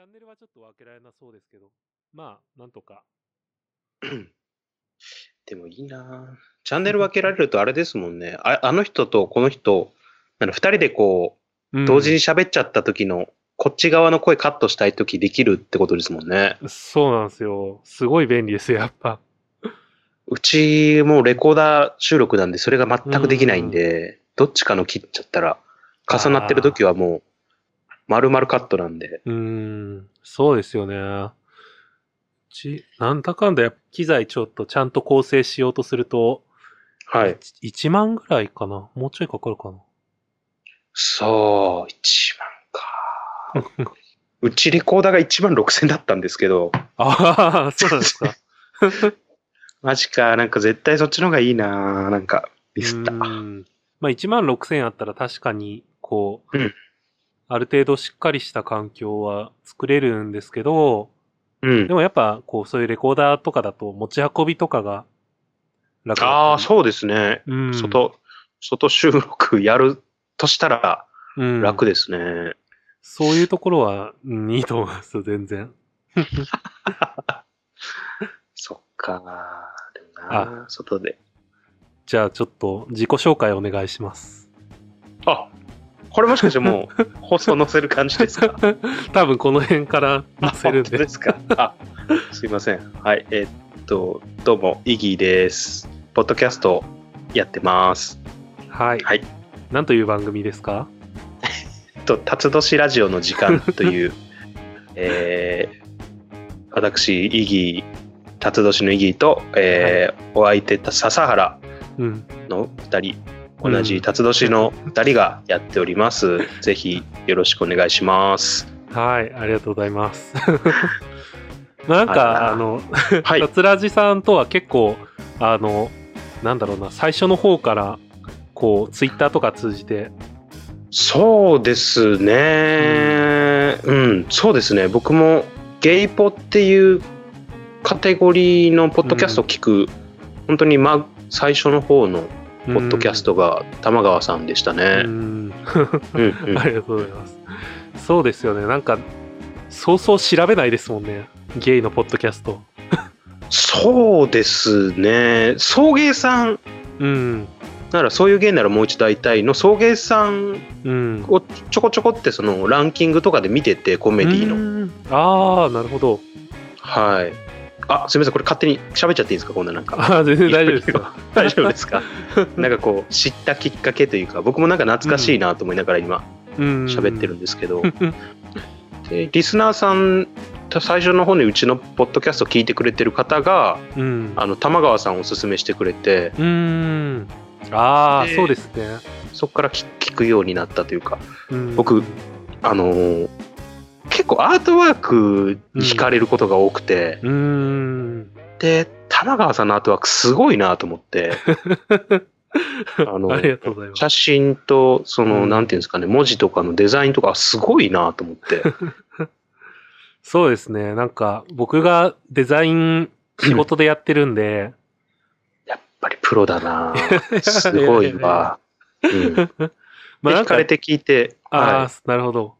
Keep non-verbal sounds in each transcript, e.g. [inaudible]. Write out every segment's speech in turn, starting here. ャンネルはちょっと分けられなそうですけど、まあ、なんとか。でもいいなぁチャンネル分けられるとあれですもんね。ああの人とこの人、あの二人でこう、同時に喋っちゃった時の、こっち側の声カットしたい時できるってことですもんね。そうなんですよ。すごい便利ですよ、やっぱ。うちもレコーダー収録なんで、それが全くできないんで、どっちかの切っちゃったら、重なってる時はもう、丸々カットなんで。うーん、そうですよね。うち、なんだかんだやっぱ機材ちょっとちゃんと構成しようとすると、はい。 1万ぐらいかな。もうちょいかかる [laughs] かな。そう、1万か。うちレコーダーが1万6000だったんですけど、ああ、そうなんですか。マジか、なんか絶対そっちの方がいいなぁなんか、 [laughs] ミスったう。ーんまあ1万6000あったら確かに、こう、うんある程度しっかりした環境は作れるんですけど、うんで。もやっぱ、こう、そういうレコーダーとかだと持ち運びとかが楽だああ、う。そうですね。うん、外、外収録やるとしたら楽で。ですね。そういうところは、うんいいと思いますよ、全然。 [laughs] そっか。でもな、外で。じゃあちょっと自己紹介お願いします。あ、これもしかしても [laughs] う放送載せる感じですか多分この辺から [laughs] 載せるんあ本当でで。すか。あ、すいません。はい。えっと、どうも、イギーです。ポッドキャストやってます。はい。はい。なんという番組ですかえっと、辰年ラジオの時間という、えー、私、イギー、辰年のイギーと、えーお相手、笹原うん。の2人、うん同じ辰年の2人がやっております。ぜひ、よろしくお願いします。はい。ありがとうございます。 [laughs] なんあらか、あの、はい。桂ラジさんとは結構、あの、なんだろうな、最初の方から、こう、ツイッターとか通じて、そうですね、うん、そうですね、僕もゲイポっていうカテゴリーのポッドキャストを聞く、本当に、ま、最初の方のポッドキャストが玉川さんでしたうん。うん。ね。うんうんありがとうございます。そうですよね。なんか、そうそう調べないですもんね。ゲイのポッドキャスト。そうですね、送迎さんうん。なら、そういうゲイならもう一度会いたいの、送迎さんうん。をちょこちょこってそのランキングとかで見てて、コメディの。の。ああ、なるほど。はい。あ、すみません、これ勝手に喋っちゃっていいですか、こんななんか。ああ、全然大丈夫ですよ。 [laughs] 大丈夫ですか [laughs] なんかこう知ったきっかけというか僕もなんか懐かしいなと思いながら今うん喋ってるんですけど、でリスナーさんと最初の方にうちのポッドキャスト聞いてくれてる方が [laughs] うん。あの玉川さんをおすすめしてくれてうん。ああ、でそうですね。そこから聞聞くようになったというかうん僕あのー結構アートワークに惹かれることが多くて、うん。で玉川さんのアートワークすごいなと思って [laughs] あのありがとうございます。写真とその、うんなんていうんですかね文字とかのデザインとかあすごいなと思って [laughs] そうですね。なんか、僕がデザイン仕事でやってるんで、やっぱりプロだな [laughs] すごいわ。うん、で [laughs] まあなん惹かかれ、て聞いて、ああは、なるほど。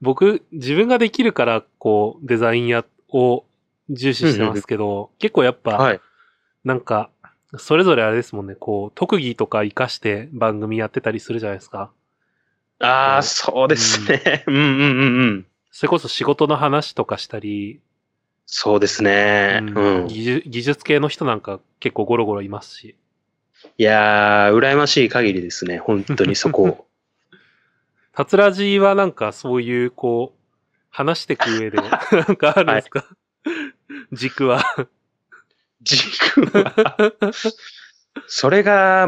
僕、自分ができるから、こう、デザインや、を重視してますけど、結構やっい、ぱ、はい、なんか、それぞれあれですもんね、こう、特技とか活かして番組やってたりするじゃないですか。ああそうですねうんうんうんうんそれこそ仕事の話とかしたり、そうですね、うんうんい技術技術系の人なんか結構ゴロゴロいますし。やー羨ましい限りですね本当に [laughs] そこタツラジはなんかそういう、こう、話していく上で、 [laughs] なんかあるんですか、 [laughs] 軸は。軸はそれが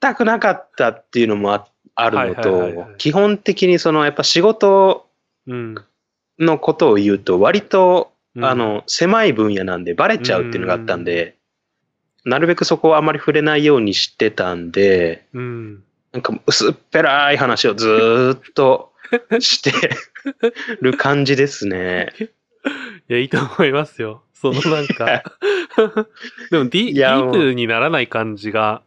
全くなかったっていうのもああるのと、はいはいはいはい基本的にそのやっぱ仕事うん。のことを言うと割とうんあ、の、狭い分野なんでバレちゃうっていうのがあったんで、なるべくそこをあまり触れないようにしてたんで、うん。なんか薄っぺらい話をずーっとしてる感じですね。 [laughs] いや、いいと思いますよ。そのなん [laughs] か。でもディ、いデやィーもうプにならない感じが、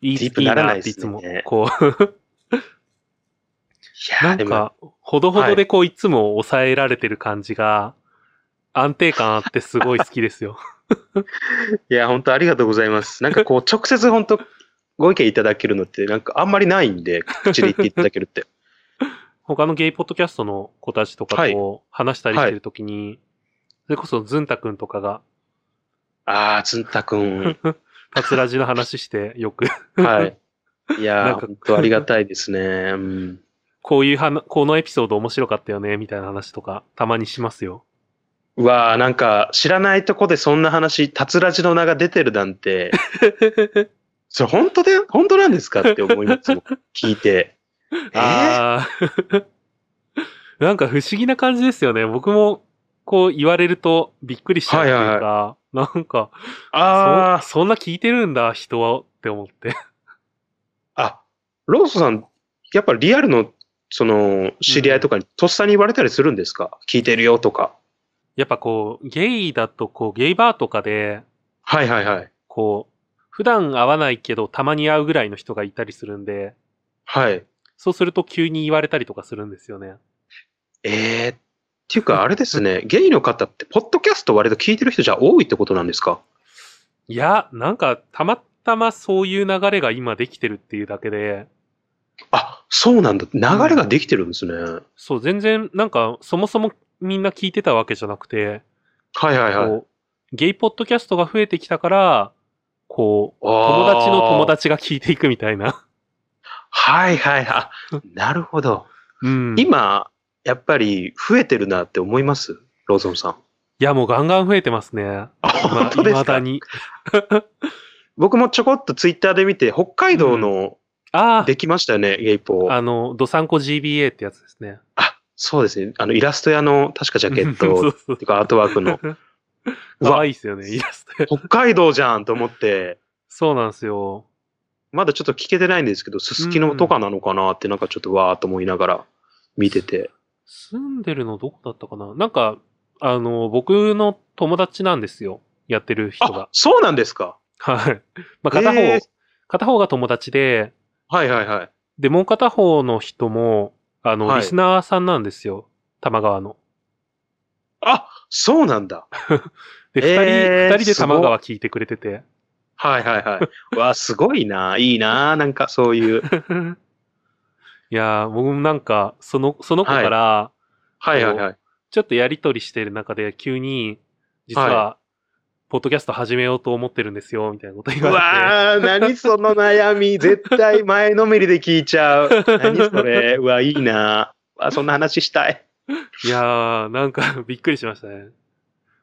いい、ディープいいならななっいでていすつねも、こう。 [laughs] いやなーでんも、か、ほどほどでこう、いつも抑えられてる感じが、安定感あってすごい好きですよ。 [laughs] いや、本当ありがとうござい [laughs] ます。なんかこう、直接本当ご意見いただけるのって、なんかあんまりないんで、口で言っていただける [laughs] って。他のゲイポッドキャストの子たちとかはいと話したりしてるときに、それこそズンタ君とかが、ああ、つんたくん。パツラジの話 [laughs] してよく、はい。いなんやー、か本当ありがたいですね。うん、こういうはな、このエピソード面白かったよね、みたいな話とか、たまにします [laughs] よ。うわーなんか知らないとこでそんな話、たつらじの名が出てるなん [laughs] て、それ本当で、本当なんですかって思いますもん。聞いて。 [laughs] えー、あー [laughs] なんか不思議な感じですよね。僕も、こう言われるとびっくりしちゃうっていうか、はいはいなんかあそ、そんな聞いてるんだ、人は、って思って。 [laughs] ーあ、ローソさん、やっぱリアルの、その、知り合いとかに、とっさに言われたりするんですか聞いてるよとか。やっぱこう、ゲイだと、こう、ゲイバーとかで、はいはいはい。こう、普段会わないけど、たまに会うぐらいの人がいたりするんで、はい。そうすると急に言われたりとかするんですよね。えー、っていうかあれですね、ゲイの方って、ポッドキャスト割と聞いてる人じゃ多いってことなんですかいや、なんか、たまたまそういう流れが今できてるっていうだけで、あ、そうなんだ。流れができてるんですね。そう、全然、なんか、そもそもみんな聞いてたわけじゃなくて、はいはいはい。こう、ゲイポッドキャストが増えてきたから、こう、友友達の友。達が聞いていくみたいな。はい [laughs] はいはいあ。なるほど。うん。い今、やっぱり増えてるなって思いますローソンさん。や、もうガンガン増えてますね。あまあ本当未ですだかに。僕もちょこっとツイッターで見て、北海道のあできましたよね、ゲイポあ、あの、ドサンコ GBA ってやつですね。あ、そうですね。あの、イラスト屋の、確かジャケ [laughs] ッそトう [laughs] そうとかアートワークの。う可わ、愛いですよね、イラスト。北海道じゃんと思って、そうなんですよ。まだちょっと聞けてないんですけど、すすきのとかなのかなって、なんかちょっとわーっと思いながら見てて。住んでるのどこだったかななんか、あの、僕の友達なんですよ。やってる人あが、。そうなんですかはい。まあ、片方、へー片方が友達で、はいはいはい。で、もう片方の人も、あの、はいリスナーさんなんですよ。玉川の。あ、そうなんだ。で、二、えー人、二人で玉川聞いてくれてて。 [laughs] はいはいはい。わあ、すごいな。いいな。なんかそういう。いやー、僕もなんか、その、その子から、はいはいはい。ちょっとやりとりしてる中で、急に、実は、ポッドキャスト始めようと思ってるんですよ、みたいなこと言うわわあ、何その悩み。絶対前のめりで聞いちゃう。何それ。うわ、いいな。あ、そんな話したい。れて。いやー、なんか [laughs] びっくりしましたね。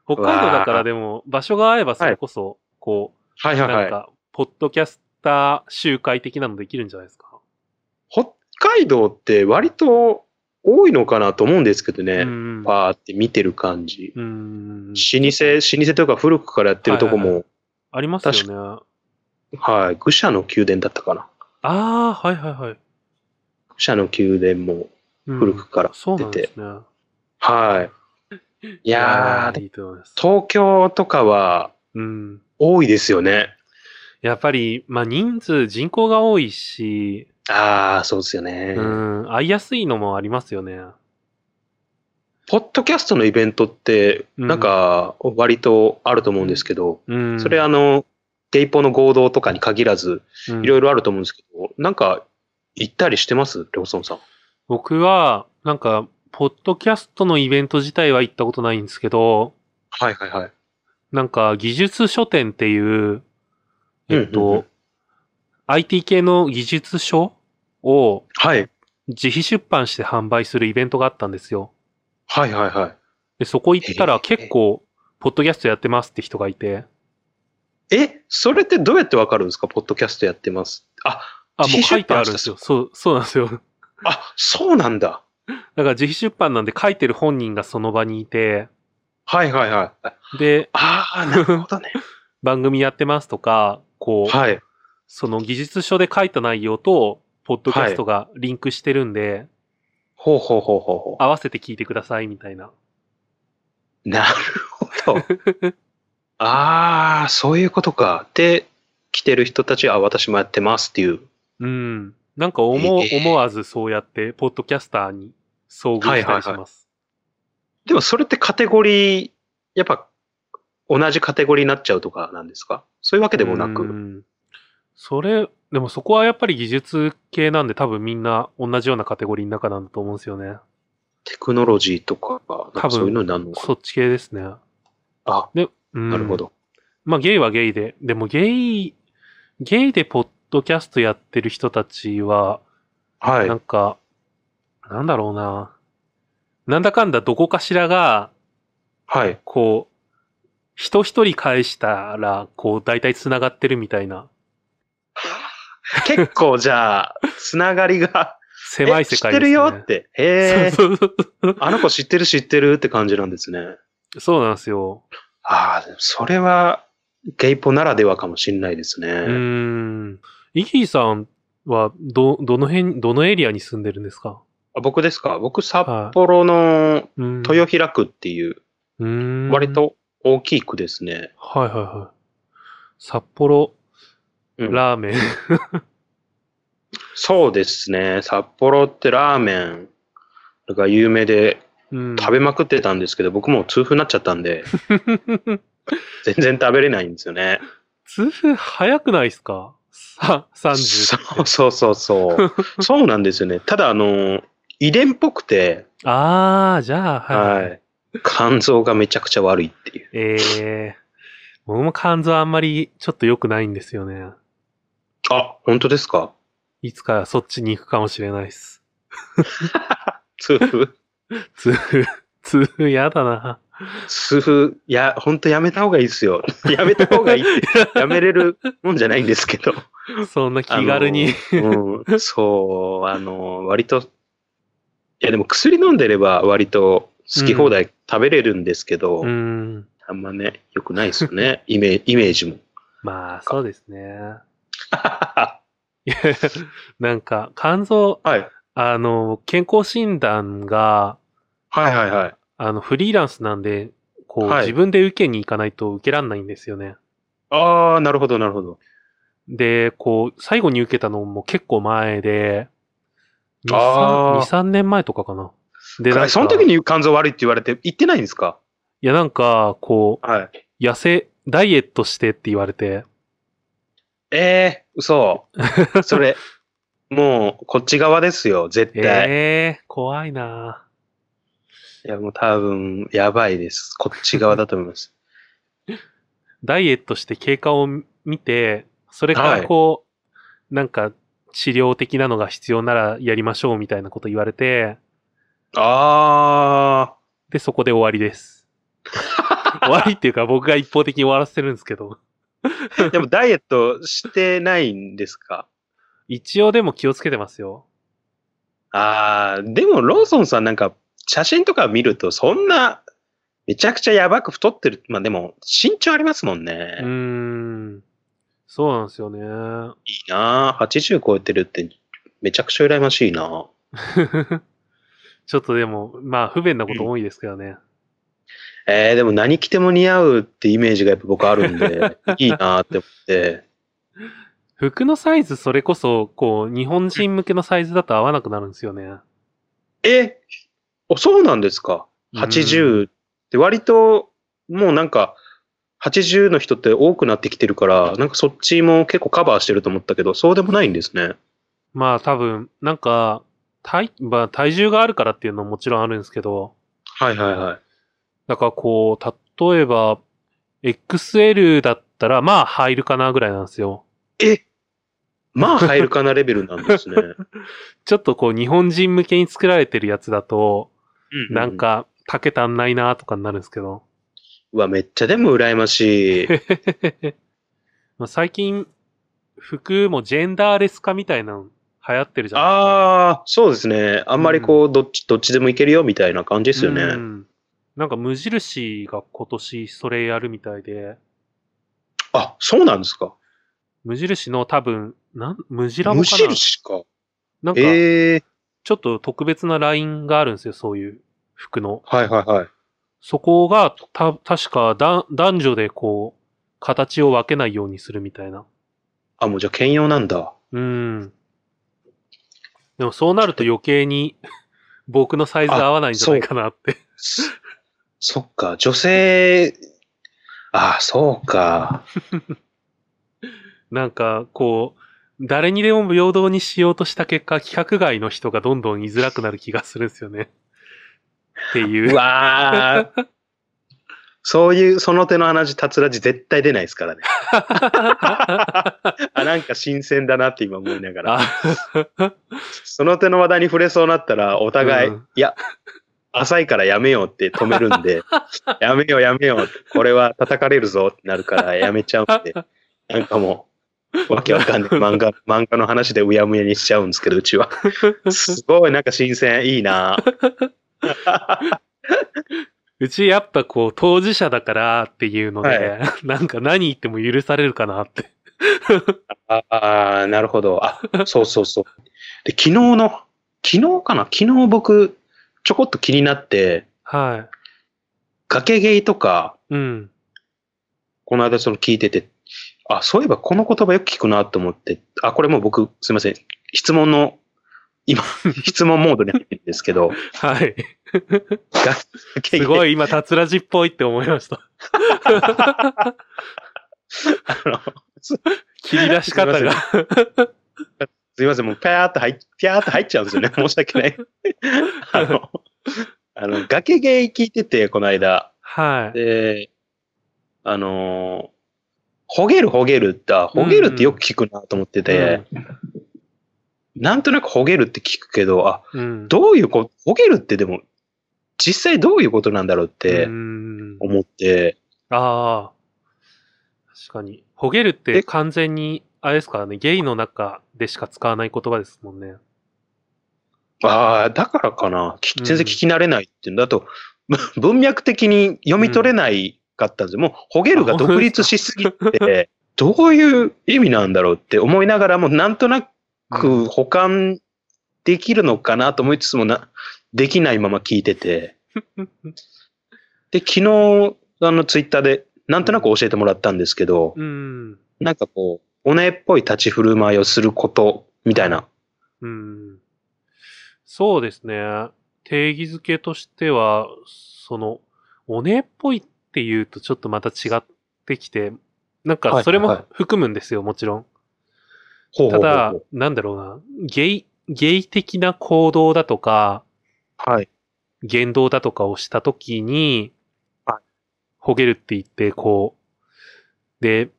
北海道だからでも、場所が合えばそれこそ、こ、はいうはいなんはい。か、ポッドキャスター集会的なのできるんじゃないですか。北海道って割と多いのかなと思うんですけどうね。ん。パーって見てる感じ。うん。老舗、老舗というか古くからやってるとこも、ありますよね。はい。愚者の宮殿だったかな。あー、はいはいはい。愚者の宮殿もうん古くからそう出なんてで。すね。はい。いいやー、いいと思います。東京とかはうん。多いですよね。やっぱり、まあ人数、人口が多いし、ああ、そうですよね、うん、会いやすいのもありますよね。ポッドキャストのイベントって、うんなんか、割とあると思うんですけど、うん。それあの、ゲイポの合同とかに限らず、うん、いろいろあると思うんですけど、なんか、行ったりしてますレオソンさん。僕は、なんか、ポッドキャストのイベント自体は行ったことないんですけど、はいはいはい。なんか、技術書店っていう、えっと、うんうんうん IT 系の技術書をはい。自費出版して販売するイベントがあったんですよ。はいはいはい。で、そこ行ったへらえ結構、ポッドキャストやってますって人がいて、え、それってどうやってわかるんですかポッドキャストやってます。あ、あ、もう自費書いてあるん出版したですよ。そう、そうなんですよ。だ [laughs] かあ、そうなんだ。ら自費出版なんで書いてる本人がその場にいて、はいはいはい。あで、あー、なるほ [laughs] どね。番組やってますとか、こう、はい。その技術書で書いた内容と、ポッドキャストがリンクしてるんで、ほうほうほうほうほ合わせて聞いてくださいみたいな。う。なる [laughs] ほど。ああ、そういうことか。で、来てる人たちは、あ私もやってますっていう。うん。なんか思うええ思わずそうやって、ポッドキャスターに遭遇したりします。でもそれってカテゴリー、やっぱ同じカテゴリーになっちゃうとかなんですかそういうわけでもなうく。んそれ、でもそこはやっぱり技術系なんで多分みんな同じようなカテゴリーの中なんだと思うんですよね。テクノロジーとかが、なん多か分そういうのになるのかそっち系ですね。な。あ、で、うんなるほ。ど。まあゲイはゲイで、でもゲイ、ゲイでポッドキャストやってる人たちは、はいな。んか、なんだろうな。なんだかんだどこかしらが、はい。こう、人一人返したら、こう、大体繋がってるみたいな、結構じゃあ、つながりが、 [laughs] 狭い世界え知ってるよねっ。て。へえ。 [laughs] そうそうそうあの子知ってる知ってるって感じなんですね。そうなんですよ。ああ、でもそれは、ゲイポならではかもしれないですね。うーん。イギーさんは、ど、どの辺、どのエリアに住んでるんですかあ僕ですか僕、札幌のうん。豊平区っていう、うーん割。と大きい区ですね。はいはいはい。札幌、うんラー [laughs] メン。そうですね。札幌ってラーメンが有名でうん食べまくってたんですけど、僕もう痛風になっちゃった [laughs] んで、全然食べれないんですよね。通風早くないですかさ、30。そうそうそう [laughs] そう。そうなんですよね。ただ、あの、遺伝っぽくて、あー、じゃあ、はい。はい。肝臓がめちゃくちゃ悪いっていう。ええ僕も肝臓あんまりちょっと良くないんですよね。あ、本当ですかいつかそっちに行くかもしれないです。痛風痛風、痛風やだな。痛風、いや、本当やめた方がいいですよ。 [laughs] やめた方がいいって。やめれるもんじゃないんですけど。そんな気軽に。あの。うん、そう、あの、割と、いやでも薬飲んでれば割と好き放題食べれるんですけど、うん。あんまね、良くないですよね。イメイメージも。まあ、そうですね。 [laughs] はなんか、肝臓、い。はいあの、健康診断が、はいはい。あの、フリーランスなんで、こう、はい自分で受けに行かないと受けらんないんですよね。ああ、なるほどなるほど。で、こう、最後に受けたのも結構前で、2、あー3年前とかかな。で、なんかその時に肝臓悪いって言われて、言ってないんですかいや、なんか、こはい。う、痩せ、ダイエットしてって言われて、ええ [laughs] 嘘。それ、もう、こっち側ですよ、絶対。ええー、怖いないや、もう多分、やばいです。こっち側だと思い [laughs] ます。ダイエットして経過を見て、それからこう、なんか、治療的なのが必要ならやりましょうみたいなこと言われて、ああ、で、そこで終わりです。終わりっていうか、僕が一方的に終わらせてるんですけど、でもダイエットしてないんですか一応でも気をつけてますよ。ああ、でもローソンさんなんか写真とか見るとそんなめちゃくちゃやばく太ってる。まあでも身長ありますもんね。うーいん。そうなんですよね。いなあ80超えてるってめちゃくちゃ羨ましいなちょっとでも、まあ、不便なこと多いですけどね。えー、でも何着ても似合うってイメージがやっぱ僕あるん [laughs] で、いいなって思って。服のサイズ、それこそ、こう、日本人向けのサイズだと合わなくなるんですよね。えおそうなんですかう ?80 って割ともうなんか80の人って多くなってきてるから、なんかそっちも結構カバーしてると思ったけど、そうでもないんですね。まあ、多分、なんか、体、まあ、体重があるからっていうのももちろんあるんですけど、はいはいはい。だからこう、例えば、XL だったら、まあ、入るかなぐらいなんですよ。えまあ入るかなレベルなんです [laughs] ね。ちょっとこう、日本人向けに作られてるやつだと、うなん。か、丈足んないなとかになるんですけど。うわ、めっちゃでも羨ましい。まあ、最近、服もジェンダーレス化みたいなの流行ってるじゃないですか。ああ、そうですね。あんまりこう、どっち、どっちでもいけるよみたいな感じですよね。うんなんか無印が今年それやるみたいで、あ、そうなんですか。無印の多分、なん、無印ラボ無かな印か。なんか、ええちょっと特別なラインがあるんですよ、そういう服の。はいはいはい。そこが、た、確かだ、男女でこう、形を分けないようにするみたいな。あ、もうじゃあ兼用なんだ。うん。でもそうなると余計に [laughs] 僕のサイズ合わないんじゃないかなって。そっか、女性、ああ、そうか。なんか、こう、誰にでも平等にしようとした結果、規格外の人がどんどん居づらくなる気がするんですよね。っていうう。わーそういう、その手の話、たつらじ絶対出ないで [laughs] すからね。あ、なんか新鮮だなって今思いながら。あその手の話題に触れそうになったら、お互い、うんいや、浅いからやめようって止める [laughs] んで、やめようやめようって、これは叩かれるぞってなるからやめちゃうんで、なんかもう、わけわかんない漫画、漫画の話でうやむやにしちゃうんですけど、う [laughs] ちは。すごいなんか新鮮、いいなうちやっぱこう、当事者だからっていうので、 [laughs] なんか何言っても許されるかなって。ああー、なるほど。あ、そうそうそう。で、昨日の、昨日かな昨日僕、ちょこっと気になって、は崖ゲイとか、い。うん。この間その聞いてて、あ、そういえばこの言葉よく聞くなと思って、あ、これもう僕、すいません。質問の、今、 [laughs] 質問モードに入ってるんですけど、 [laughs] はい。崖 [laughs] す芸ごい今、たつらじっぽいって思いました。 [laughs] あの切り出し方すいまが。すいません、もう、ぴゃーっと入っ、ぴゃーっと入っちゃうんですよね。 [laughs] 申し訳ない。あの、あの、崖芸聞いてて、この間。はい。で、あのーほげるほげるって、あほげるってよく聞くなと思ってて、なんとなくほげるって聞くけど、あ、うん、うん、どういうこと、ほげるってでも、実際どういうことなんだろうっうてん思って、ああ。確かに。ほげるってえ完全に、あれですからね、ゲイの中でしか使わない言葉ですもんね。ああ、だからかな、きうん全然聞き慣れないっていうんだと、 [laughs] 文脈的に読み取れないかったんですよ。もう、ほげるが独立しすぎ [laughs] て、どういう意味なんだろうって思いながらも、なんとなくうん保管できるのかなと思いつつもな、できないまま聞いてて。で、昨日、あの、ツイッターで、なんとなく教えてもらったんですけど、うん。なんかこう、おねっぽい立ち振る舞いをすること、みたいな。うん。そうですね。定義づけとしては、その、おねっぽいっていうとちょっとまた違ってきて、なんはいはいはかいそれも含むんですよ、もちろん。ほうたほうほうほだう、なんだろうな、ゲイ、ゲイ的な行動だとか、はい。言動だとかをしたときには、ほげるって言って、こう、で、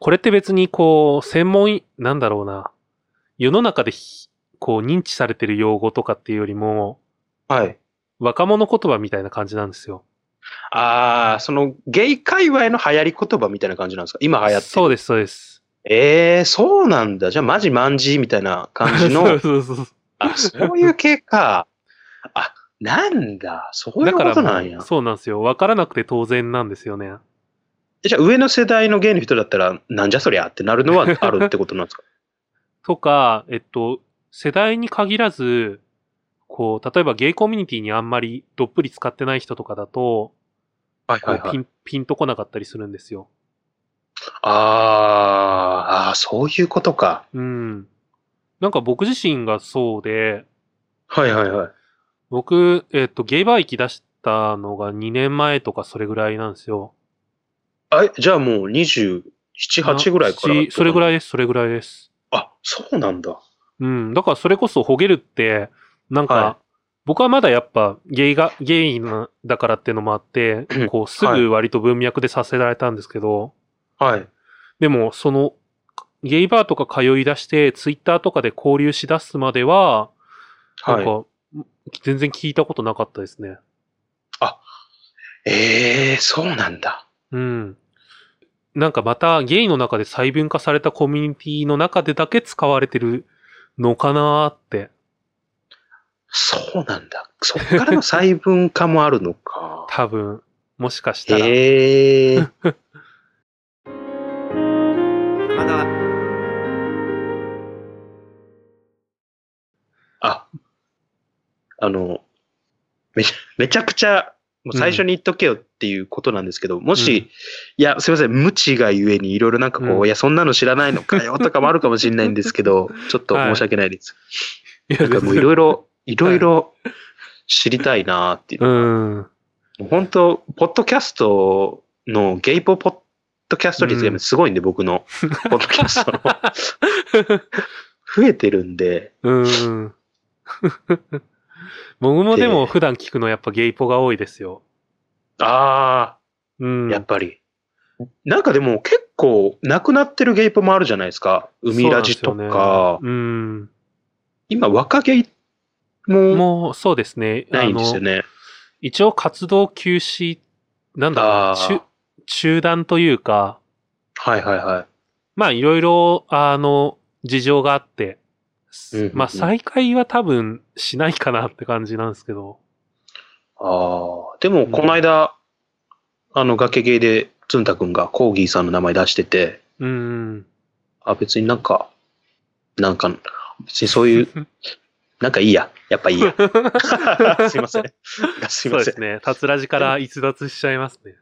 これって別にこう、専門い、なんだろうな、世の中でひこう認知されてる用語とかっていうよりも、はい。若者言葉みたいな感じなんですよ。ああ、そのゲイ界隈の流行り言葉みたいな感じなんですか今流行ってる。そうです、そうです。ええー、そうなんだ。じゃあマジマンジみたいな感 [laughs] そじ [laughs] うの。そうそうそあ、そういう系か。あ、なんだ。そうう。いだうかことならんもやう、。そうなんですよ。わからなくて当然なんですよね。えじゃあ上の世代のゲイの人だったら、なんじゃそりゃってなるのはあるってことなんですかとか、えっと、世代に限らず、こう、例えばゲイコミュニティにあんまりどっぷり使ってない人とかだと、 [laughs] はいこうピン、ピンとこなかったりするんですよ。あーあー、そういうことか。うん。なんか僕自身がそうで、はいはいはい。僕、えっと、ゲイバー行き出したのが2年前とかそれぐらいなんですよ。あえじゃあもう27、8ぐらいからなしそれぐらい。いです、それぐらいです。あ、そうなんだ。うん。だからそれこそほげるって、なんか、はい僕はまだやっぱゲイが、ゲイなだからってのもあって、こうすぐ割と文脈でさせられたんですけど、はい。でもその、ゲイバーとか通い出して、ツイッターとかで交流しだすまでは、なんか、はい。全然聞いたことなかったですね。ええー、そうなんだ。うん。なんかまたゲイの中で細分化されたコミュニティの中でだけ使われてるのかなーって。そうなんだ。そっからの細分化もあるのか。多分、もしかしたら。へえー。あ、あの、めちゃめちゃくちゃ、もう最初に言っとけよっていうことなんですけど、もし、うんいや、すいません、無知がゆえにいろいろなんかこう、うん [laughs] いや、そんなの知らないのかよとかもあるかもしれないんですけど、ちょっと申し訳ないです。いなやんかもういろいろ、いろいろ知りたいなっていう。 [laughs] うん。もう本当ポッドキャストのゲイポポッドキャスト率が今すごいんで、[laughs] 僕の、ポッドキャストの。増えてるんで、うん。 [laughs] 僕もでも普段聞くのやっぱゲイポが多いですよ。あうあ、ん。やっぱり。なんかでも結構なくなってるゲイポもあるじゃないですか。海ラジとそうなか、んですよねうん。今若ゲイももうそうですね。あないんですのよ、ね。一応活動休止、なんだろうあな中あ、中断というか、はいはいはい。まあいろいろ、あの、事情があって、うんうんうんまあ再開は多分しないかなって感じなんですけど。ああ、でもこの間、あの崖ゲイでつんたくんがコーギーさんの名前出してて、うん。あ、別になんか、なんか、別にそ [laughs] ういう、なんかいいや。やっぱいいや。 [laughs] すいません。 [laughs] すそいうまでせんす。ね。たつらじから逸脱しちゃいますね。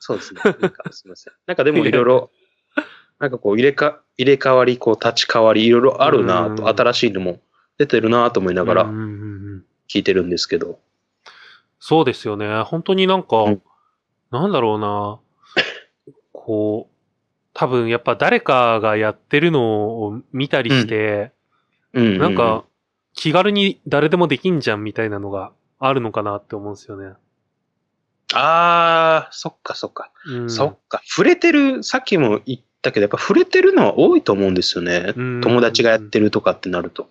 そうですね。なんかすいません。なんかでもいろいろ、なんかこう入れか、入れ替わり、こう立ち替わり、いろいろあるなうんと、新しいのも出てるなと思いながうらんうんうんうん聞いてるんですけど。そうですよね。本当になんか、うんなんだろうな。こう、多分やっぱ誰かがやってるのを見たりして、うんううなんか、気軽に誰でもできんじゃんみたいなのがあるのかなって思うんですよね。あー、そっかそっか。うん、そっか。触れてる、さっきも言ったけど、やっぱ触れてるのは多いと思うんですよね。うん友達がやってるとかってなると。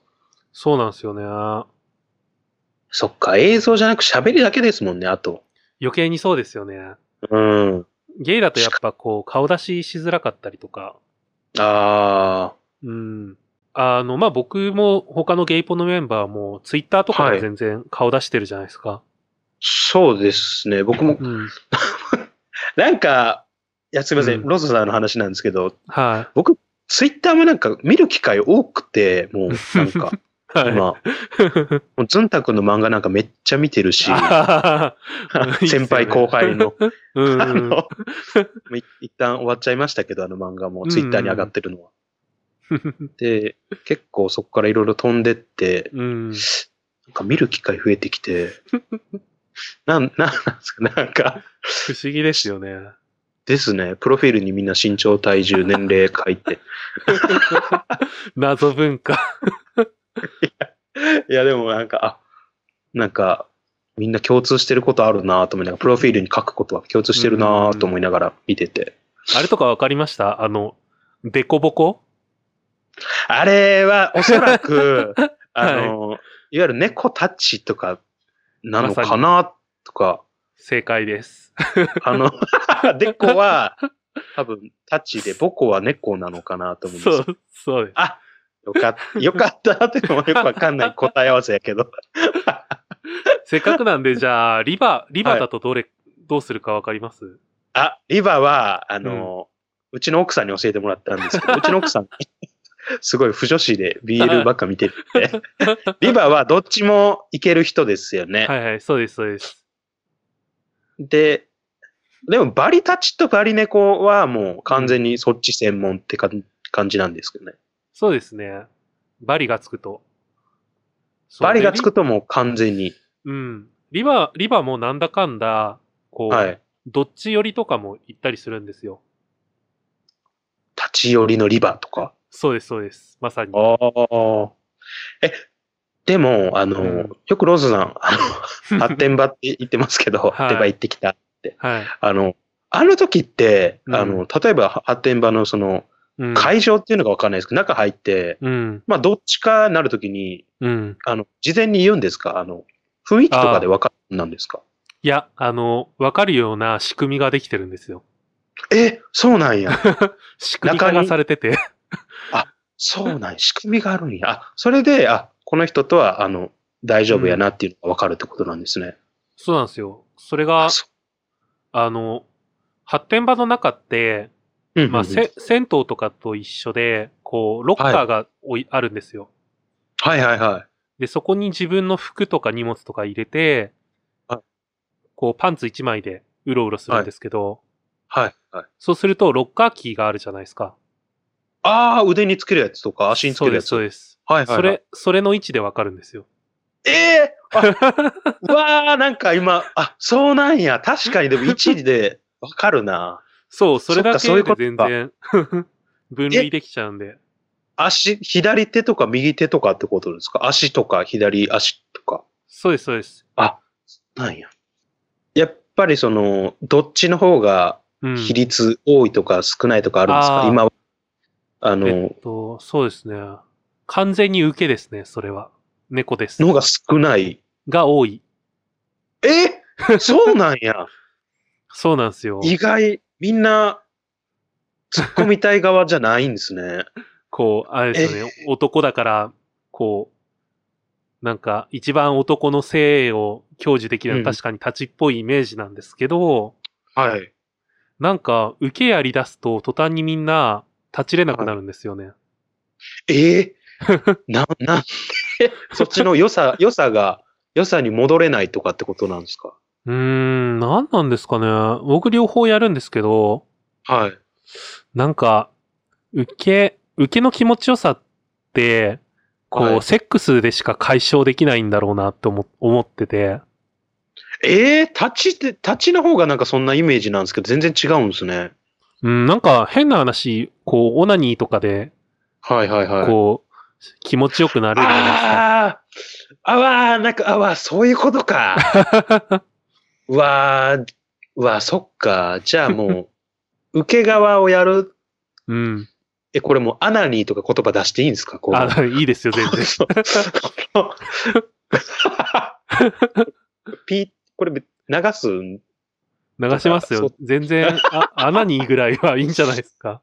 そうなんですよね。そっか、映像じゃなく喋りだけですもんね、あと。余計にそうですよね。うん。ゲイだとやっぱこう、顔出ししづらかったりとか、あうん。あの、まあ、僕も他のゲイポのメンバーも、ツイッターとかはでい全然顔出してるじゃないですか。ー、そうですね。僕も、うん。なんか、いや、すいません。うんロソさんの話なんですけど、はツイッターもなんか見る機会多くて、もう、なん [laughs] か、い。はい。今、もうズンタ君の漫画なんかめっちゃ見てるし、あー [laughs] 先輩後輩の。うんあの、もうい一旦終わっちゃいましたけど、あの漫画も、ツイッターに上がってるのは。で、結構そこからいろいろ飛んでって、うん。なんか見る機会増えてきて、 [laughs] なん、なんなんですか、なんか、不思議ですよね。ですね、プロフィールにみんな身長、体重、年齢書いて。謎文化。 [laughs] いや、でもなんか、あ、なんか、みんな共通してることあるなと思いながら、プロフィールに書くことは共通してるなと思いながら見てて。あれとかわかりましたあの、デコボコあれは、おそら [laughs] く、あの、い、わゆる猫たちとか、なのかなとか、正解です。あの、 [laughs] デコは、多分、タチで、ボコは猫なのかなと思うんでそすよう、そうです。よかった、よかったってのもよくわかんない答え合わせやけど。せっかくなんで、じゃあ、リバ、リバだとどれ、どうするかわかりますあ、リバは、あの、うちの奥さんに教えてもらったんです [laughs] けど、うちの奥さん、すごい不女子で BL ばっか見て [laughs] るんで、リバはどっちもいける人ですよね。はいはい、そうです、そうです。で、でもバリタチとバリネコはもう完全にそっち専門ってかん感じなんですけどね。そうですね。バリがつくと。そうバリがつくでともう完全に。リうん。リバ、リバもなんだかんだ、こう、はい。どっち寄りとかも行ったりするんですよ。立ち寄りのリバとか。そうです、そうです。まさに。ああ。え、でも、あの、うんよくローズさん、あ [laughs] の、発展場って言ってますけど、い発展場行ってきた。はい。あの、あの時って、うんあの、例えば発展場のその、うん会場っていうのがわかんないですけど、中入って、うん。まあ、どっちかなるときに、うん。あの、事前に言うんですかあの、雰囲気とかでわかるんなんですかいや、あの、わかるような仕組みができてるんですよ。え、そうなんや。 [laughs] 仕組み化中がにされてて。 [laughs] そうなんや。仕組みがあるんや。あ、それで、あ、この人とは、あの、大丈夫やなっていうのがわかるってことなんですね。そうなんですよ。それがあ、そあの、発展場の中って、う。うんうんまうあ、んせ銭湯とかと一緒で、こう、ロッカーがおいあるんですよ。はいはいはい。で、そこに自分の服とか荷物とか入れては、こう、パンツ一枚でうろうろするんですけど、はいはい。そうすると、ロッカーキーがあるじゃないですか。ああ、腕につけるやつとか、足につけそうるでやす、つ。そうです。はいはい、はい。それ、それの位置でわかるんですよ。ええあわあ、なんか今、あ、そうなんや。確かに、でも1位でわかるな。そう、それだけそういうでこと全か然 [laughs] 分類できちゃうんで。足、左手とか右手とかってことですか足とか左足とか。そうです、そうです。なんや。やっぱりその、どっちの方がうん。比率多いとか少ないとかあるんですか、あー今は。あの、えっと、そうですね。完全に受けですね、それは。猫ですの。方が少ない。が多い。えそうなんや。 [laughs] そうなんですよ。意外、みんな、突っ込みたい側じゃないんですね。こう、あれですよね。男だから、こう、なんか、一番男の性を享受できるのうんは確かに立ちっぽいイメージなんですけど、はい。なんか、受けやり出すと、途端にみんな、立ちれなくなるんですよね。ええな、なん [laughs] で、そっちの良さ、良さが、良さに戻れないとかってことなんですかうーん、なんなんですかね。僕両方やるんですけど、はい。なんか、受け、受けの気持ちよさって、こう、はいセックスでしか解消できないんだろうなって思思ってて、ええ立ちって、立ちの方がなんかそんなイメージなんですけど、全然違うんですね。うん、なんか変な話、こう、オナニーとかで、はいはいはい。こう、気持ちよくなれるじゃああ、あわあ、なんか、あわあ、そういうことか。ないですか。うわあ、うわあ、そっか。じゃあもう、受け側をやる。うん。え、これもうアナニーとか言葉出していいんですかこうあ、いいですよ、全然。そうこのピーこれ流すん流しますそよう。全然、あ、穴にぐらいはいいんじゃないですか。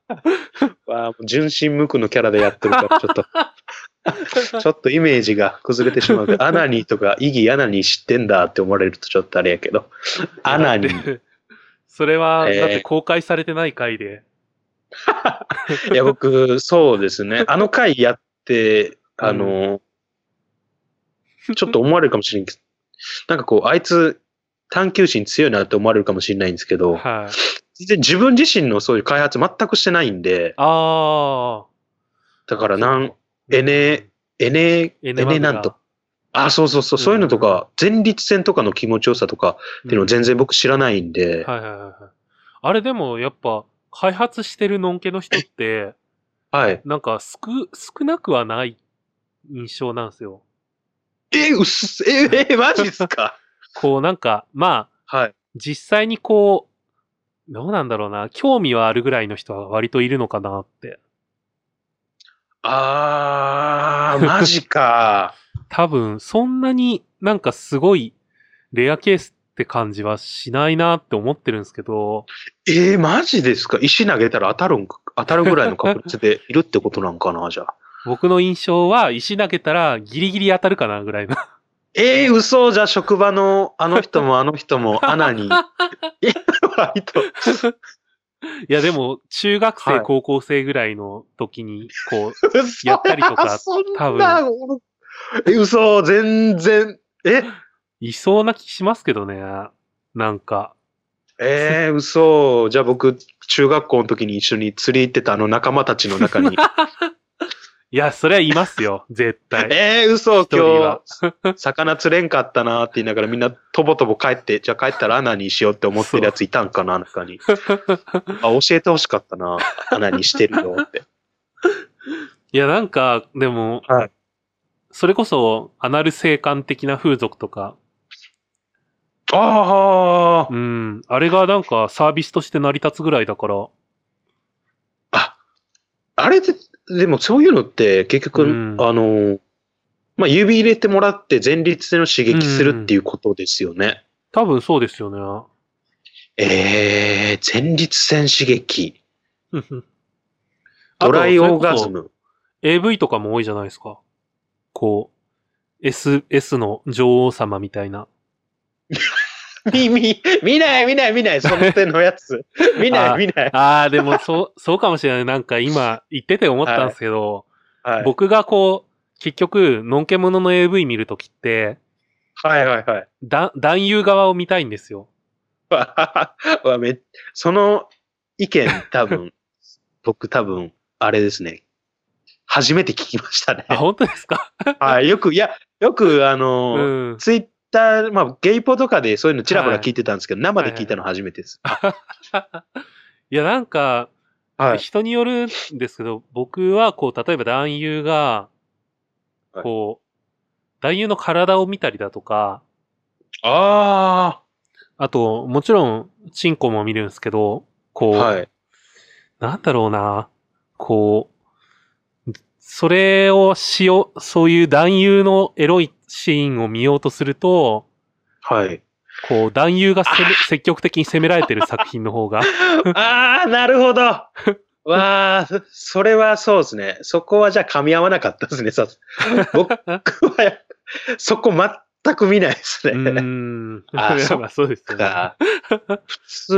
は、純真無垢のキャラでやってるから、ちょっと。ちょっとイメージが崩れてしまうけど、アナニーとか、イギーアナニー知ってんだって思われるとちょっとあれやけど、アナニー。ー。それは、えーだって公開されてない回で。いや、僕、そうですね。あの回やって、あの、ちょっと思われるかもしれんけど、なんかこう、あいつ、探求心強いなって思われるかもしれないんですけど、はい。全然自分自身のそういう開発全くしてないんで、あだからなん、エネ、エネ、エエネネ漫画なんと。あ、そうそうそう、そういうのとか、前立腺とかの気持ちよさとかあ。っていうのを全然僕知らないんで、はいはいはいはい。あれでもやっぱ開発してるのんけの人って、 [laughs] はい。なんか少、少なくはない印象なんですよ。え、うっす、え、え、マジっすか [laughs] こうなんか、まあ、はい。実際にこう、どうなんだろうな、興味はあるぐらいの人は割といるのかなって。あー、マジか。多分、そんなになんかすごいレアケースって感じはしないなって思ってるんですけど、えー、マジですか石投げたら当たるんか、当たるぐらいの確率でいるってことなんかな、じ [laughs] ゃあ。僕の印象は石投げたらギリギリ当たるかなぐらいの。えー、嘘じゃあ職場のあの人もあの人もアナ [laughs] に。え、割と。いや、でも、中学生、はい高校生ぐらいの時に、こう、 [laughs] [laughs] 嘘やったりとかそんなえ、嘘、全然。え、いそうな気しますけどね。なんか。え [laughs] ー、嘘。じゃあ僕、中学校の時に一緒に釣り行ってたあの仲間たちの [laughs] 中に。いや、それはいます [laughs] よ。絶対。えー、嘘、人今は日、魚釣れんかったなって言いながらみんなとぼとぼ帰って、じゃあ帰ったらアナにしようって思ってるやついたんかな、[laughs] 中に。あ、教えてほしかったな。アナにしてる [laughs] よって。いや、なんか、でも、はいそれこそ、アナル性感的な風俗とか、ああ、うん、あれがなんかサービスとして成り立つぐらいだから、あ、あれで、でもそういうのって結局、うんあの、まあ、指入れてもらって前立腺を刺激するっていうことですよね。多分そうですよね。えー、前立腺刺激。あと [laughs] ドライオーガズ。それこム。そ AV とかも多いじゃないですか。こう、S、S の女王様みたいな。見、見、見ない、見ない、見ない、その手のやつ。見 [laughs] あない、見ない。 [laughs] ああ、でもそう、 [laughs] そうかもしれない。なんか今言ってて思ったんですけど、はい、僕がこう、結局、のんけものの AV 見るときって、はい、はい、はい。 [laughs] だ、男優側を見たいんですよ。 [laughs] わはははわめその意見多分、僕多分、あれですね。初めて聞きましたね。あ、本当ですかはい。よく、いや、よく、あうの、ん。 [laughs] ツイッター、まあ、ゲイポとかでそういうのちらほら聞いてたんですけど、生で聞いたの初めてです。いや、なんか、はい。人によるんですけど、僕は、こう、例えば男優が、はいこう、男優の体を見たりだとか、ああと、もちろん、チンコも見るんですけど、こあ。う、はい。なんだろうな、こう、それをしよう、そういう男優のエロいシーンを見ようとすると、はい。こう、男優が攻め積極的に攻められてる作品の [laughs] 方が、ああ、なる [laughs] ほど。わあ、そそれはそうですね。そこはじゃあ噛み合わなかったですね。さ僕は、そこ全く見ないですうーね。ん。あーそっまあそうですよね。か普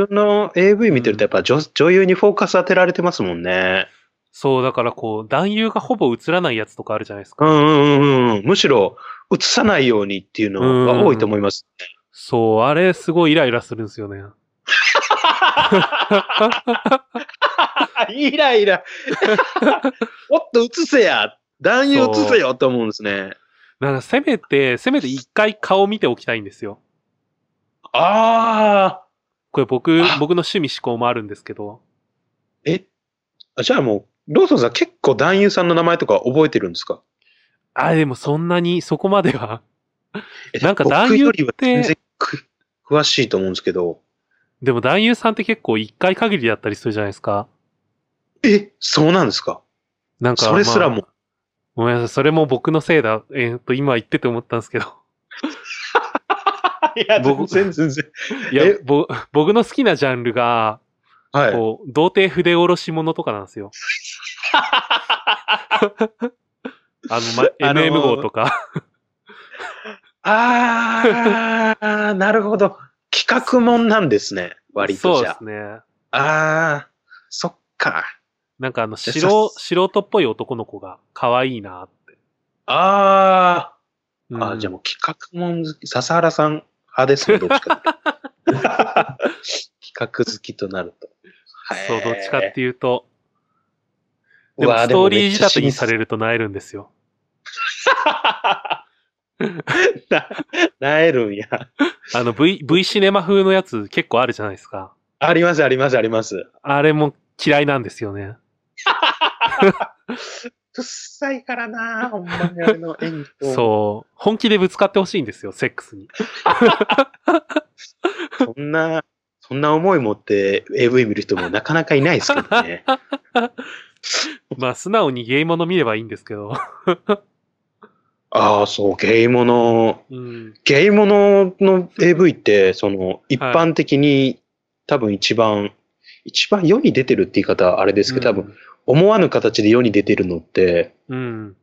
通の AV 見てるとやっぱ女女優にフォーカス当てられてますもんね。そう、だからこう、男優がほぼ映らないやつとかあるじゃないですうか。んうんうんうん。むしろ映さないようにっていうのが多いと思います。そう、あれすごいイライラするんですよね。イライラ。 [laughs] もっと映せや。男優映せよと思うんですね。なんかせめて、せめて一回顔見ておきたいんですよ。ああ。これ僕あ、僕の趣味思考もあるんですけど。えあじゃあもう、ローソンさん結構男優さんの名前とか覚えてるんですかあ、でもそんなに、そこまでは。えなんか男優僕よりは全然く詳しいと思うんですけど。でも男優さんって結構一回限りだったりするじゃないですか。えそうなんですかなんか、それすらまあも。ごめんなさい、それも僕のせいだ。えーっと、今言ってて思ったんですけ [laughs] ど。いや僕全然全然。いやえ、ぼ僕の好きなジャンルが、はい。こう、童貞筆下ろし物とかなんです [laughs] よ。あの、ま、あのー MM 号とか。 [laughs] ああ、なるほど。企画もんなんですね。割とそうじでゃすね。あ。ああ、そっか。なんかあの、素でさ人、素人っぽい男の子が可愛いなって。あうあ、んあじゃあもう企画もん好き。笹原さん派ですね、 [laughs] どっちかというと。企画好きとなると。そう、どっちかっていうと。うでも、わストーリー仕立てにされる。ると萎えるんですよ。 [laughs] な、なえるんや。あの、V、V シネマ風のやつ結構あるじゃないですか。あります、あります、あります。あれも嫌いなんですよね。くっさいからなほんまにあれの演技と。そう。本気でぶつかってほしいんですよ、セックス [laughs] に。そんな、そんな思い持って AV 見る人もなかなかいないですけ [laughs] どね。まあ、素直にゲイモノ見ればいいんですけど。ああ、そう、ゲイモノ。うん。ゲイモノの AV って、その、一般的に多分一番、一番世に出てるって言い方はあれですけど、多分、思わぬ形で世に出てるのって、うん。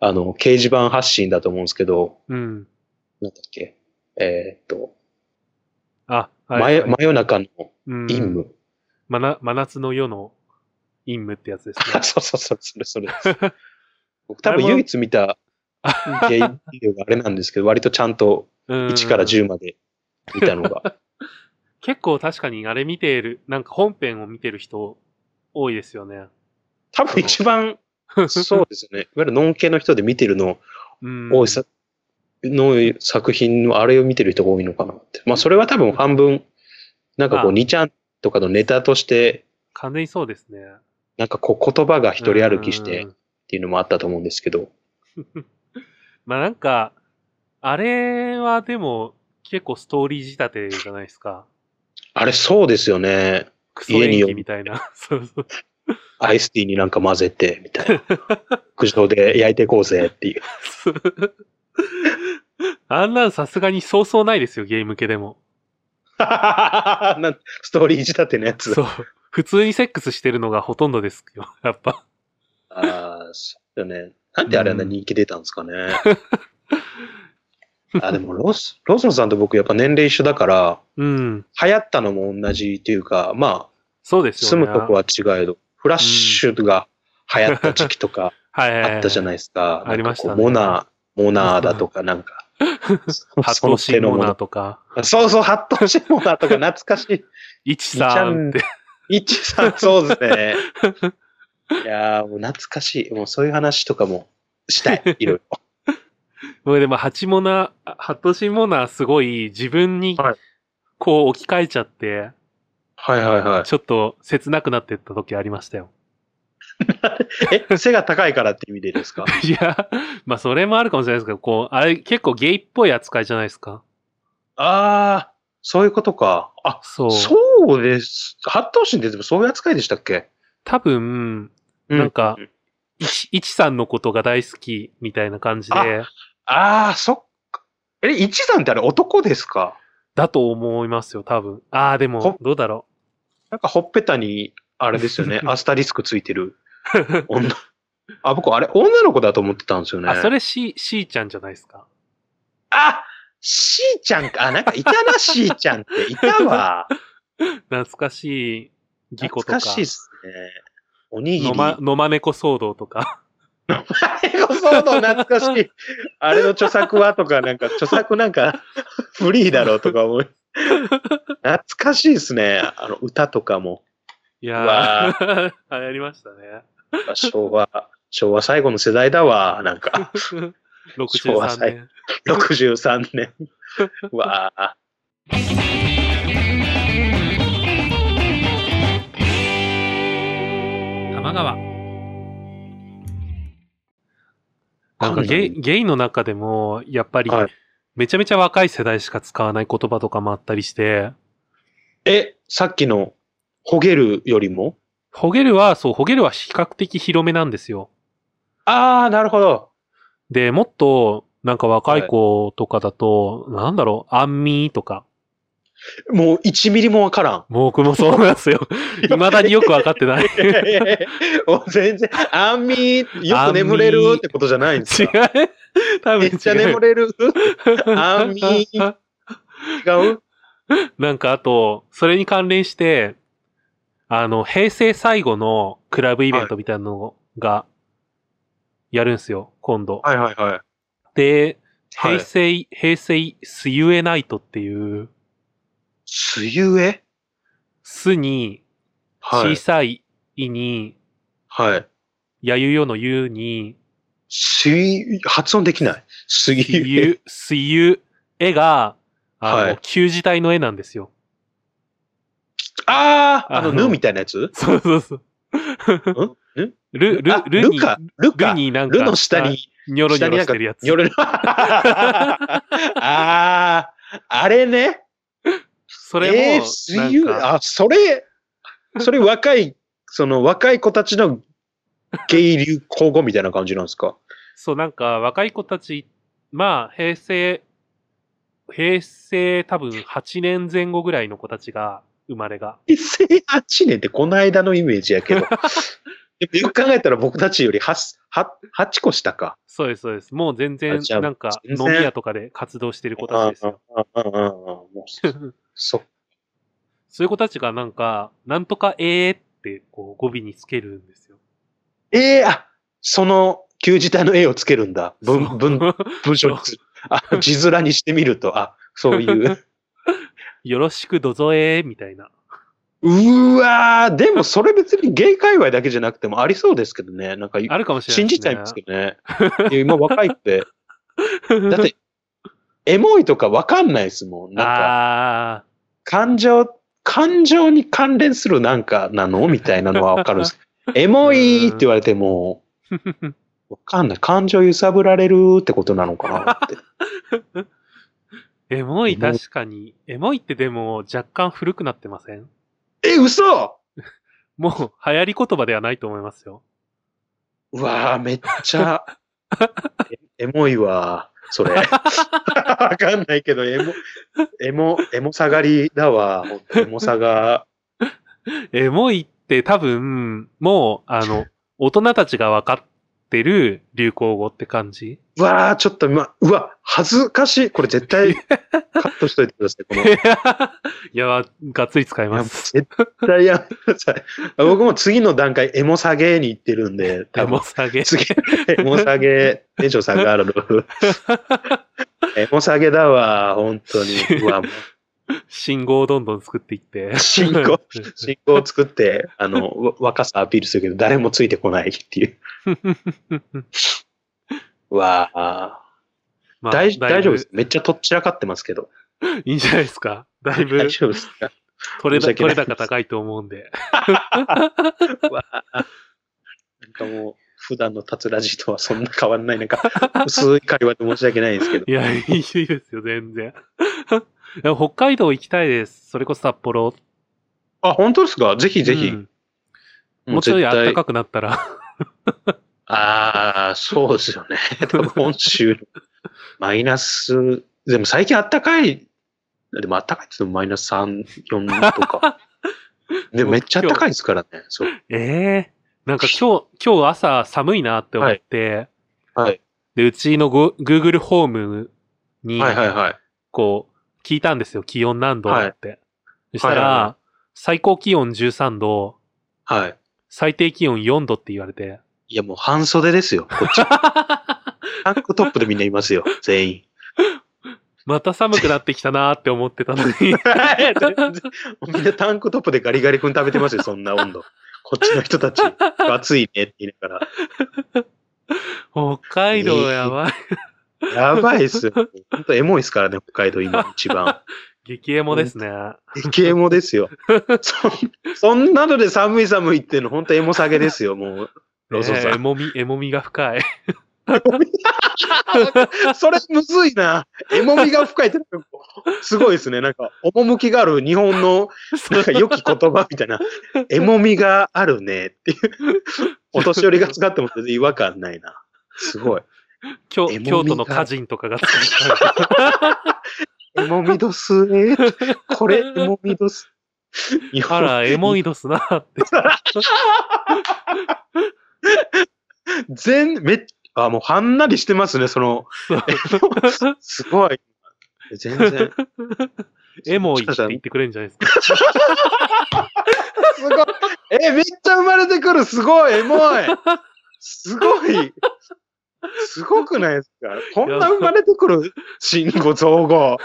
あの、掲示板発信だと思うんですけど、うん。なんだっけ、えーっと、あ、真夜真夜中のうん陰夢。真な真夏の夜の陰夢ってやつですあね。 [laughs] そうそうそう、それそれ [laughs] です。僕多分唯一見たゲイビデオがあれなんですけど、割とちゃんと [laughs] うん1から10まで見たの [laughs] が。結構確かにあれ見ている、なんか本編を見てる人多いですよね。多分 [laughs] 一番、そうですね。いわゆるノン系の人で見てるのうん。多いさ、の作品のあれを見てる人が多いのかなって。まあそれは多分半分、なんかこうあ2ちゃんとかのネタとして、完全にそうですね。なんかこう言葉が一人歩きしてうっん。ていうのもあったと思うんですけど。まあなんか、あれはでも結構ストーリー仕立てじゃないですか。あれそうですよね。クソ演技みたいな。そうそう。アイスティーになんか混ぜて、みたいな。 [laughs] 苦情で焼いていこうぜっていう。あんなんさすがにそうそうないですよ、ゲーム系でも。なんストーリー仕立てのやつそう。普通にセックスしてるのがほとんどですよ、やっぱ。ああ、そうよね。なんであれあんな人気出たんです [laughs] かね。あ、でもロス、ローソンさんと僕やっぱ年齢一緒だから、うん。流行ったのも同じというか、まあ、そうですよ住ね。むとこは違えど、フラッシュが流行った時期とかはいはいはい、あったじゃないないですか。ありましたねなんかこうモナー、モナーだとかなん [laughs] か。発動シーンモナーのとか、 [laughs] そうそう、ハットシモナーとか懐かしい。イチさんって。イッチさん、そうですね。いやー、もう懐かしい。もうそういう話とかもし [laughs] たい。いろいろ。それでまあ、ハチモナ、ハトシモナすごい自分にはいこう置き換えちゃって、はいはいはちょっと切なくなってった時ありましたよ。い。え、背が高いからって意味でです [laughs] かいや、まあそれもあるかもしれないですけど、こう、あれ結構ゲイっぽい扱いじゃないですか。あー、そういうことか。あ、そう。そうです。八頭身ってでもそういう扱いでしたっけ多分、うんなんか、いち、いちさんのことが大好きみたいな感じで、あー、そっか。え、一さんってあれ男ですかだと思いますよ、多分。ああ、でもほ、どうだろなんかほっぺたに、あれですよ [laughs] ね、アスタリスクついてる女。あ、僕、あれ、女の子だと思ってたんですよう。ね。あ、それし、しーちゃんじゃないですか。あしーちゃんか。あ、なんかいたな、しーちゃんって。いたわ。懐かしい、 [laughs] ギコ懐とか。かしいっすね。おにぎり。のま、のま猫騒動とか。 [laughs] エゴソード懐かしい。あれの著作はとか、なんか、著作な [laughs] んか、フリーだろうとか思い。懐かしいですね。あの、歌とかも。いうやわー、あやりました [laughs] ね。昭和、昭和最後の世代だわ。なん [laughs] か、昭和63最年。 63年。うわあ。玉川。なんかこんなゲにイ、ゲイの中でも、やっぱり、はいめちゃめちゃ若い世代しか使わない言葉とかもあったりして、え、さっきの、ほげるよりもホゲルは、そう、ホゲルは比較的広めなんですよ。ああ、なるほど。で、もっと、なんか若い子とかだと、なんだろう、アンミーとか。もう1ミリもわから [laughs] ん。もう僕もそうなんです [laughs] よ。未だによくわかってない。いやいやいやもう全然、あんみー、よく眠れるってことじゃないんです違かう多分め違う。っちゃ眠れるアンミー違う [laughs] なんかあと、それに関連して、あの、平成最後のクラブイベントみたいなのが、やるんすよ、今度。はいはいはい。で、はい平成、平成、すゆえナイトっていう、梅雨すに、は小い。さい、いに、はい。やゆよのゆに、水、発音できない。水雨。ゆ、すゆ、絵が、あはのい、旧字体の絵なんですよ。 [laughs] ああああの、のぬみたいなやつそうそうそう。[laughs] んんル、ル、あルに、ルか、ルルか、になんか、ルの下に、ニョロニョロしてるやつ。よる。 [laughs] ああ、あれね。それも、えーなん水か友あ、それ、それ若い、 [laughs] その若い子たちの芸流交互みたいな感じなんですか [laughs] そう、なんか、若い子たち、まあ、平成、平成多分8年前後ぐらいの子たちが、生まれが。平成8年ってこの間のイメージや [laughs] けど。でもよく考えたら僕たちより 8, 8個下か。そうです、そうです。もう全然あじゃ、あなんか、全飲然み屋とかで活動してる子たちですよ。うんうんうんうんもうそ [laughs] そういう子たちが、なんか、なんとかええって、こう、語尾につけるんですよ。ええあその旧字体の絵をつけるんだ。そ文う [laughs] 文文章につあ字面にしてみると、あ、そういう。よろしくどぞえーみたいな。うーわー、でもそれ別にゲイ界隈だけじゃなくてもありそうですけどね。なんか、あるかもしれない、信じちゃいますけど [laughs] ね。いや今若いって。[laughs] だって、エモいとかわかんないですもん。なんか、ああ感情、感情に関連するなんかなのみたいなのはわかるんです [laughs] けど。エモいって言われても、ー。わかんない。感情揺さぶられるってことなのかなって。エモい、エモい確かに。エモいってでも、若干古くなってません [laughs] え、嘘もう、流行り言葉ではないと思いますよ。うわー、めっちゃ、 [laughs] えエモいわー、 [laughs] それ。わかんないけど、エモ、エモ、エモ下がりだわ、ほんとエモさが。エモいって多分、もう、あ [laughs] の、大人たちが分かってる流行語って感じ [laughs] うわー、ちょっと今、うわ、恥ずかしい。これ絶対カットしといてください、この。いや、がっつり使いいやます。絶対やめてください。僕も次の段階、エモ下げに行ってるんで、エ多分モ下げ。次、エモ下げ、テンション [laughs] 下がる。エモ下げだわ、本当に。うわ、もう信号をどんどん作っていって。信 [laughs] 号、信号を作って、 [laughs] あの、わ若さアピールするけど、誰もついてこないっていう。 [laughs] うわあ、まあ [laughs] 大丈夫だいぶ大丈夫です。めっちゃとっちらかってますけど。 [laughs] いいんじゃないですか。だいぶ大丈夫ですか取れ申した取れ訳ないです高高いと思うんで。うわあなんかもう、普段の達ラジとはそんな変わんない、なん [laughs] か、薄い会話で申し訳ないんですけど。いや、いいですよ、全然。 [laughs] でも北海道行きたいです。それこそ札幌。あ、本当ですかぜひぜひ。うんもうちょい暖かくなったら。ああ、そうですよね。 [laughs] 多分本州、マイナス、でも最近あったかい、でもあったかいって言ってもマイナス3、4と [laughs] か。でもめっちゃあったかいですからね。そう。ええなんか今日、今日朝寒いなって思って、はい。で、うちのご Google ホームに、はいはいはい。こう、聞いたんですよ。気温何度だって。そしたら、はいはいは最高気温13度、はい。最低気温4度って言われて。いやもう半袖ですよ、こっち。 [laughs] タンクトップでみんないますよ、全員。また寒くなってきたなーって思ってたの [laughs] に。みんなタンクトップでガリガリ君食べてますよ、そんな温度。こっちの人たち、暑いねって言いながら。北海道やばい。やばいっすよ。ほんとエモいっすからね、北海道今一番。激エモですね。ゲーモですよ。そんそんなので寒い寒いっていうの、ほんとエモ下げですよ、もう。ローソンねさえんエモみ、エモみが深い。それむずいな。エモみが深いって、なんかこうすごいですね。なんか、趣がある日本の、なんか良き言葉みたい [laughs] な。エモみがあるねっていう。お年寄りが使っても全然違和感ないな。すごい。京エモみが京都の歌人とかが作ったエモみどすえーこれ、エモみどす。日あら、エモい。いドスなーって。全、めっあ、もうはんなりしてますね、その、すごい。全然。エモいって言ってくれるんじゃないですか。すごい。え、めっちゃ生まれてくる。すごい。エモい。すごい。すごくないですかこんな生まれてくる新語、造語。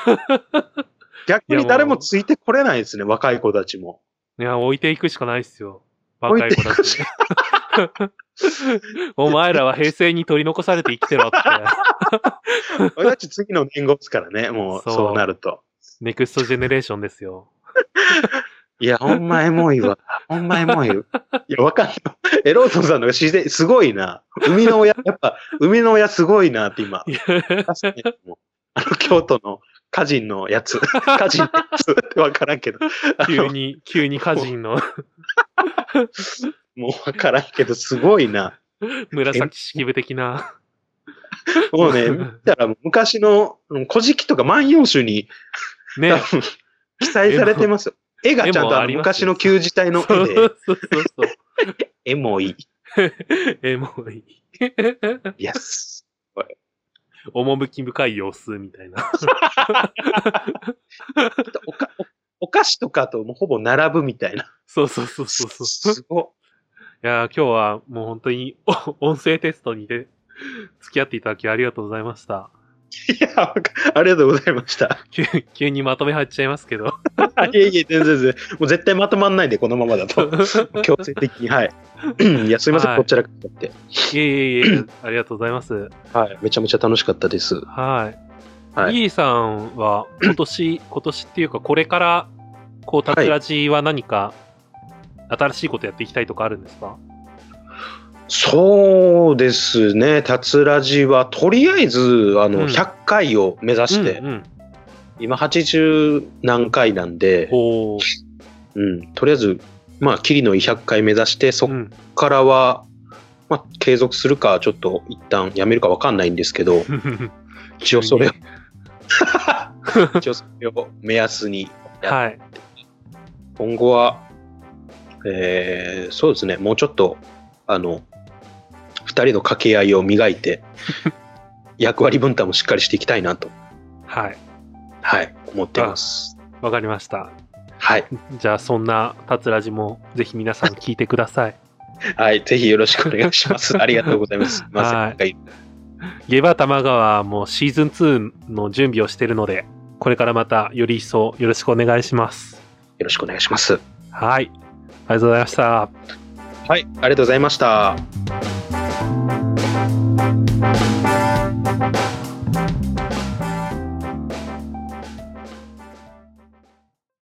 逆に誰もついてこれないですね、若い子たちも。いや、置いていくしかないっすよ。若い子たち。お前らは平成に取り残されて生きて [laughs] ろって。俺たち次の年号ですからね、もうそうそうなると。ネクストジェネレーションですよ。いや、ほんまエモい [laughs] わ。ほんまエモい。いや、わかんない。エローソンさんのが自然、すごいな。生みの親、やっぱ、生みの親すごいなって今。確かにもうあの、京都の歌人のや [laughs] つ。歌人のやつってわからんけど。あ急のに、急に歌人 [laughs] のもうわからんけど、すごいな。紫式部的な。も [laughs] うね、見たらもう昔の、うん古事記とか万葉集に多ね。分、記載されてますよ。絵がちゃ絵んとあもあのります昔の旧時代そのうそう絵で、そうそう。エモい。エモい。イエス。趣深い様子みたいな。おかおお菓子とかともうほぼ並ぶみたいな。そうそうそうそうそう。すごい。いやー、今日はもう本当にお音声テストにで付き合っていただきありがとうございました。いや、わかありがとうございました。急急にまとめ入っちゃいますけど。いえいえ、全然全然。もう絶対まとまんないで、このままだと。 [laughs] 強制的に、はい。いや、すいません、はいこちらからって。いえいえいえ、ありがとうございます。はい。めちゃめちゃ楽しかったです。はい。はいイーさんは今年、 [clears throat] 今年っていうかこれから、こう、タクラジは何か新しいことやっていきたいとかあるんですかそうですね、たつらじは、とりあえず、あの、うん100回を目指して、うんうん、今80何回なんで、おーうん、とりあえず、まあ、キリのいい100回目指して、そっうんからは、まあ、継続するか、ちょっと一旦やめるかわかんないんですけど、一応それを、 [laughs] 一応それを目安に [laughs] やっはい。今後は、えーそうですね、もうちょっと、あの、二人の掛け合いを磨い [laughs] て、役割分担もしっかりしていきたいなと、はい。はい、思っています。わかりました。はい。じゃあ、そんなタツラジもぜひ皆さん聞いてください。 [laughs] はい、ぜひよろしくお願いします。ありがとうございます。まさか、ゲバ玉川もシーズン2の準備をしてるので、これからまたより一層よろしくお願いします。よろしくお願いします。はい。ありがとうございました。はい、ありがとうございました。 「